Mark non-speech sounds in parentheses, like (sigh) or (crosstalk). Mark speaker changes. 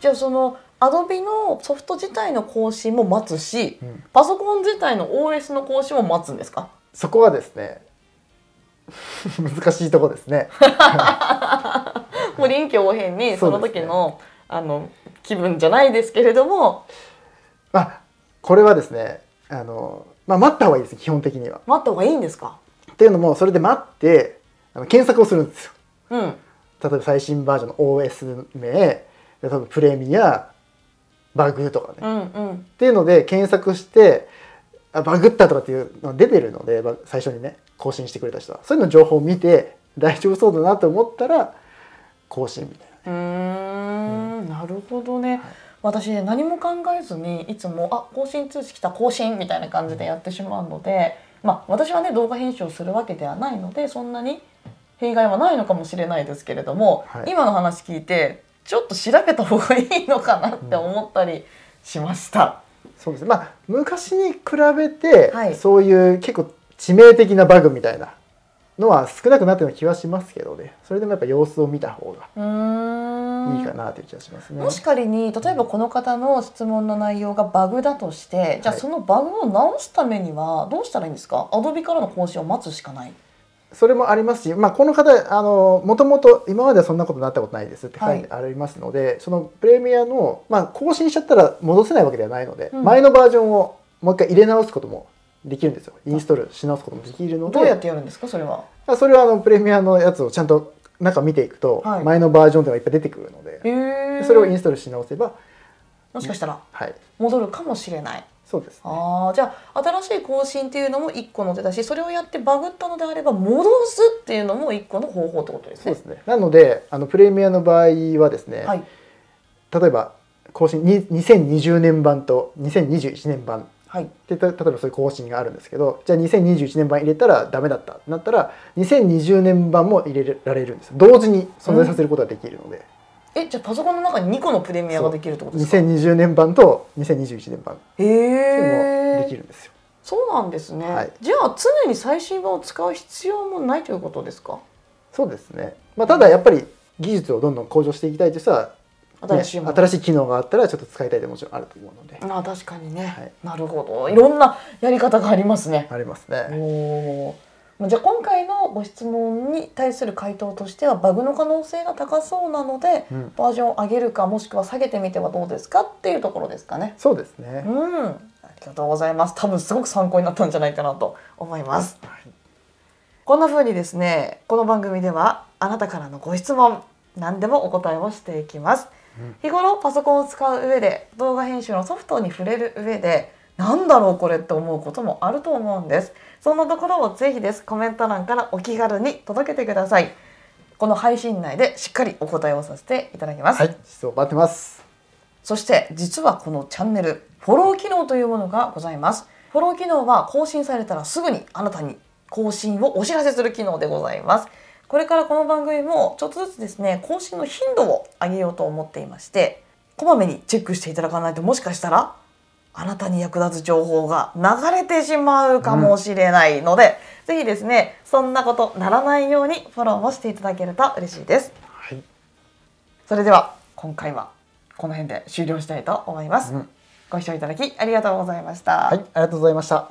Speaker 1: じゃあそのアドビのソフト自体の更新も待つし、
Speaker 2: うん
Speaker 1: パソコン自体の OS の更新も待つんですか
Speaker 2: そこはですね (laughs) 難しいとこです
Speaker 1: (laughs)
Speaker 2: ね
Speaker 1: もう臨機応変にその時
Speaker 2: そ
Speaker 1: の,、あの気分じゃないですけれども
Speaker 2: まあこれはですねあの、まあ、待った方がいいです基本的には。
Speaker 1: 待った方がいいんですか
Speaker 2: っていうのもそれで待ってあの検索をするんですよ。
Speaker 1: うん
Speaker 2: 例えば最新バージョンの OS 名で多分プレミアバグとかね、
Speaker 1: う
Speaker 2: っ
Speaker 1: んうん
Speaker 2: ていうので検索してあバグったとかっていうのが出てるのでば最初にね更新してくれた人はそういうの情報を見て大丈夫そうだなと思ったら更新みたいな。
Speaker 1: うーんなるほどね、私ね何も考えずにいつも「あ更新通知来た更新」みたいな感じでやってしまうので、まあ私はね動画編集をするわけではないのでそんなに弊害はないのかもしれないですけれども、
Speaker 2: はい
Speaker 1: 今の話聞いてちょっと調べた方がいいのかなって思ったりしました。
Speaker 2: そうですねまあ昔に比べて、
Speaker 1: はい
Speaker 2: そういう結構致命的なバグみたいなのは少なくなってる気はしますけどねそれでもやっぱ様子を見た方が
Speaker 1: うーん
Speaker 2: いいかなという気がしますね。
Speaker 1: もし仮に例えばこの方の質問の内容がバグだとしてじゃあ
Speaker 2: はい
Speaker 1: そのバグを直すためにはどうしたらいいんですかアドビからの更新を待つしかない
Speaker 2: それもありますし、まあ、この方あのもともと今まではそんなことになったことないですって書いてありますので、そのプレミアの、まあ、更新しちゃったら戻せないわけではないので、
Speaker 1: うん
Speaker 2: 前のバージョンをもう一回入れ直すこともできるんですよインストールし直すこともできるので
Speaker 1: どうやってやるんですかそれは
Speaker 2: それはあのプレミアのやつをちゃんと中見ていくと、
Speaker 1: はい
Speaker 2: 前のバージョンではいっぱい出てくるので、
Speaker 1: へえ
Speaker 2: それをインストールし直せば
Speaker 1: もしかしたら
Speaker 2: はい
Speaker 1: 戻るかもしれない
Speaker 2: そうです、ね、
Speaker 1: あーじゃあ新しい更新っていうのも1個の手だしそれをやってバグったのであれば戻すっていうのも1個の方法ってことです
Speaker 2: そう
Speaker 1: ね
Speaker 2: ですねなのであのプレミアの場合はですね、
Speaker 1: はい
Speaker 2: 例えば更新に2020年版と2021年版
Speaker 1: はい
Speaker 2: でた例えばそういう更新があるんですけどじゃあ2021年版入れたらダメだったってなったら2020年版も入れられるんです同時に存在させることができるので、
Speaker 1: えじゃあパソコンの中に2個のプレミアができるってことですか
Speaker 2: 2020年版と2021年版
Speaker 1: へえ
Speaker 2: でもできるんですよ、
Speaker 1: そうなんですね、
Speaker 2: はい
Speaker 1: じゃあ常に最新版を使う必要もないということですか
Speaker 2: そうですね、まあ、ただやっぱり技術をどんどん向上していきたいとしたら
Speaker 1: 新しいもの、
Speaker 2: ね新しい機能があったらちょっと使いたいでもちろんあると思うので、
Speaker 1: あ確かにね、
Speaker 2: はい
Speaker 1: なるほどいろんなやり方がありますね、
Speaker 2: ありますね
Speaker 1: おおじゃあ今回のご質問に対する回答としてはバグの可能性が高そうなので、
Speaker 2: うん
Speaker 1: バージョンを上げるかもしくは下げてみてはどうですかっていうところですかね
Speaker 2: そうですね
Speaker 1: うん、ありがとうございます。多分すごく参考になったんじゃないかなと思います。こんな風にですね、この番組ではあなたからのご質問、何でもお答えをしていきます。
Speaker 2: うん
Speaker 1: 日頃パソコンを使う上で、動画編集のソフトに触れる上で、なんだろうこれって思うこともあると思うんです。そんなところをぜひです、コメント欄からお気軽に届けてください。この配信内でしっかりお答えをさせていただきます。
Speaker 2: はい質問待ってます
Speaker 1: そして実はこのチャンネルフォロー機能というものがございます。フォロー機能は更新されたらすぐにあなたに更新をお知らせする機能でございます。これからこの番組もちょっとずつですね更新の頻度を上げようと思っていましてこまめにチェックしていただかないともしかしたらあなたに役立つ情報が流れてしまうかもしれないので、ぜひですねそんなことならないようにフォローもしていただけると嬉しいです。
Speaker 2: はい、
Speaker 1: それでは今回はこの辺で終了したいと思います、
Speaker 2: うん
Speaker 1: ご視聴いただきありがとうございました、
Speaker 2: はい、ありがとうございました